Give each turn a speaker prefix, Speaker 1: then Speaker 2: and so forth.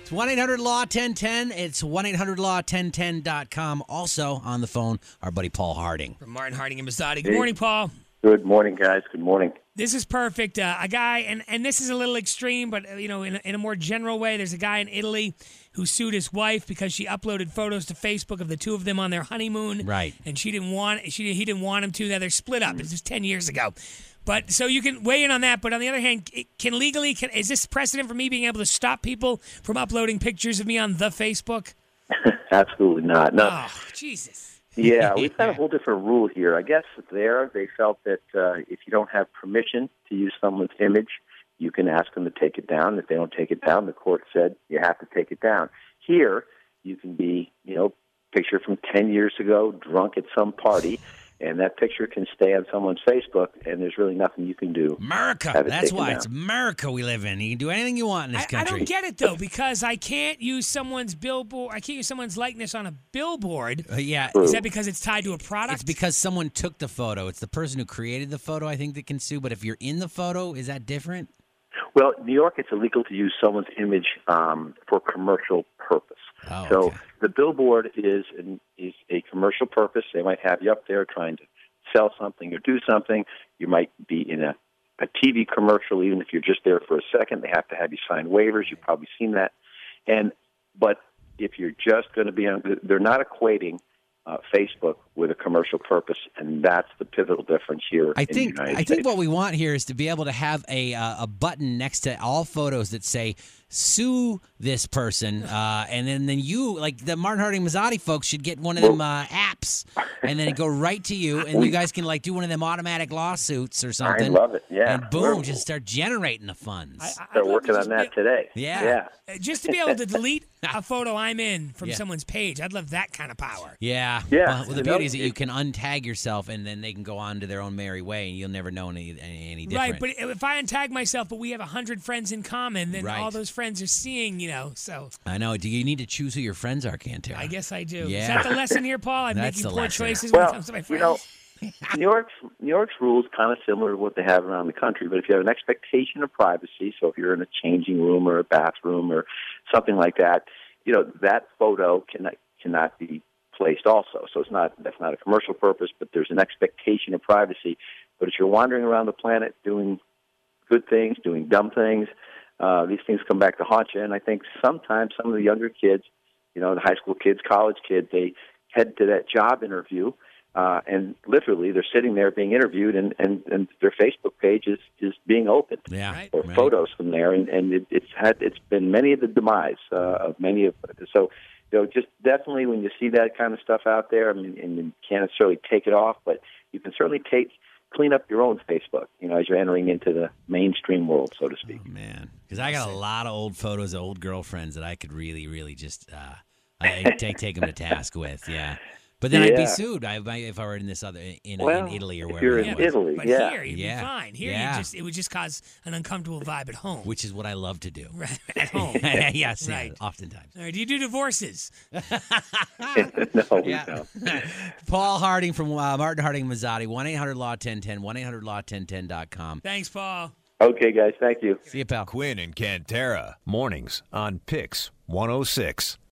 Speaker 1: It's 1 800 Law 1010. It's 1 800 Law 1010.com. Also on the phone, our buddy Paul Harding.
Speaker 2: From Martin Harding and Mazzotti. Good
Speaker 3: Hey.
Speaker 2: morning, Paul.
Speaker 3: Good morning, guys. Good morning.
Speaker 2: This is perfect. Uh, a guy, and, and this is a little extreme, but uh, you know, in a, in a more general way, there's a guy in Italy who sued his wife because she uploaded photos to Facebook of the two of them on their honeymoon.
Speaker 1: Right.
Speaker 2: And she didn't want she he didn't want him to. Now they're split up. This was ten years ago. But so you can weigh in on that. But on the other hand, c- can legally can, is this precedent for me being able to stop people from uploading pictures of me on the Facebook?
Speaker 3: Absolutely not. No.
Speaker 2: Oh, Jesus.
Speaker 3: Yeah, we've got a whole different rule here. I guess there they felt that uh, if you don't have permission to use someone's image, you can ask them to take it down. If they don't take it down, the court said you have to take it down. Here, you can be, you know, picture from 10 years ago, drunk at some party, and that picture can stay on someone's Facebook, and there's really nothing you can do.
Speaker 1: America.
Speaker 3: Have it
Speaker 1: That's
Speaker 3: taken
Speaker 1: why
Speaker 3: down.
Speaker 1: it's America we live in. You can do anything you want in this
Speaker 2: I, I
Speaker 1: country.
Speaker 2: don't get it though because I can't use someone's billboard. I can't use someone's likeness on a billboard.
Speaker 1: Uh, yeah.
Speaker 3: True.
Speaker 2: Is that because it's tied to a
Speaker 1: It's
Speaker 2: product?
Speaker 1: because someone took the photo. It's the person who created the photo, I think, that can sue. But if you're in the photo, is that different?
Speaker 3: Well, in New York, it's illegal to use someone's image um, for commercial purpose.
Speaker 1: Oh,
Speaker 3: so
Speaker 1: okay.
Speaker 3: the billboard is an, is a commercial purpose. They might have you up there trying to sell something or do something. You might be in a, a TV commercial, even if you're just there for a second. They have to have you sign waivers. You've probably seen that. And but if you're just going to be on, they're not equating. Uh, Facebook with a commercial purpose, and that's the pivotal difference here.
Speaker 1: I
Speaker 3: in the
Speaker 1: think
Speaker 3: United
Speaker 1: I
Speaker 3: States.
Speaker 1: think what we want here is to be able to have a uh, a button next to all photos that say sue this person, uh, and then then you like the Martin Harding Mazzotti folks should get one of them uh, apps, and then go right to you, and you guys can like do one of them automatic lawsuits or something.
Speaker 3: love it, yeah.
Speaker 1: and boom,
Speaker 3: We're-
Speaker 1: just start generating the funds.
Speaker 2: I- I- I'd
Speaker 3: they're
Speaker 2: love to
Speaker 3: working
Speaker 2: just
Speaker 3: on that
Speaker 2: be-
Speaker 3: today.
Speaker 1: Yeah.
Speaker 3: yeah.
Speaker 2: uh, just to be able to delete a photo I'm in from
Speaker 1: Yeah.
Speaker 2: someone's page. I'd love that kind of power.
Speaker 1: yeah.
Speaker 3: Yeah,
Speaker 1: Well, the
Speaker 3: you know,
Speaker 1: beauty is that you
Speaker 3: it-
Speaker 1: can untag yourself, and then they can go on to their own merry way, and you'll never know any any, any different.
Speaker 2: Right, but if I untag myself, but we have hundred friends in common, then
Speaker 1: Right.
Speaker 2: all those friends are seeing, you know. So
Speaker 1: I know. Do you need to choose who your friends are, Cantera?
Speaker 2: I guess I do. Is
Speaker 1: Yeah.
Speaker 2: that the lesson here, Paul? I'm
Speaker 1: That's
Speaker 2: making
Speaker 1: the
Speaker 2: poor
Speaker 1: lesson.
Speaker 2: choices when it
Speaker 3: Well,
Speaker 2: comes to my
Speaker 3: you
Speaker 2: friends.
Speaker 3: know, New York's New York's rules kind of similar to what they have around the country. But if you have an expectation of privacy, so if you're in a changing room or a bathroom or something like that, you know that photo cannot cannot be placed. Also, so it's not that's not a commercial purpose, but there's an expectation of privacy. But if you're wandering around the planet doing good things, doing dumb things. Uh, these things come back to haunt you. And I think sometimes some of the younger kids, you know, the high school kids, college kids, they head to that job interview, uh, and literally they're sitting there being interviewed, and, and, and their Facebook page is, is being opened.
Speaker 1: Yeah.
Speaker 2: Right.
Speaker 3: Or
Speaker 1: right.
Speaker 3: photos from there, and, and it, it's had it's been many of the demise uh, of many of so you know just definitely when you see that kind of stuff out there, I mean, and you can't necessarily take it off, but you can certainly take clean up your own Facebook, you know, as you're entering into the mainstream world, so to speak.
Speaker 1: Oh, man, because I got a lot of old photos of old girlfriends that I could really, really just uh, I I take take them to task with. Yeah, but then I'd be
Speaker 3: Yeah.
Speaker 1: sued I, I- if I were in this other in,
Speaker 3: Well,
Speaker 1: in Italy or
Speaker 3: if
Speaker 1: wherever
Speaker 3: you're
Speaker 1: it
Speaker 3: in
Speaker 1: was.
Speaker 3: Italy,
Speaker 2: but
Speaker 3: yeah.
Speaker 2: here you'd
Speaker 1: Yeah.
Speaker 2: be fine. Here
Speaker 1: Yeah.
Speaker 2: you just it would just cause an uncomfortable vibe at home.
Speaker 1: which is what I love to do.
Speaker 2: Right, at home.
Speaker 1: yes, yeah,
Speaker 2: Right.
Speaker 1: oftentimes.
Speaker 2: All right, do you do divorces?
Speaker 3: no, we
Speaker 1: Yeah.
Speaker 3: don't.
Speaker 1: Paul Harding from uh, Martin Harding Mazzotti, one eight hundred law ten ten, one eight hundred law ten ten dot com.
Speaker 2: Thanks, Paul.
Speaker 3: Okay, guys, thank you.
Speaker 1: See you, pal.
Speaker 4: Quinn and Cantera. Mornings on Pix 106.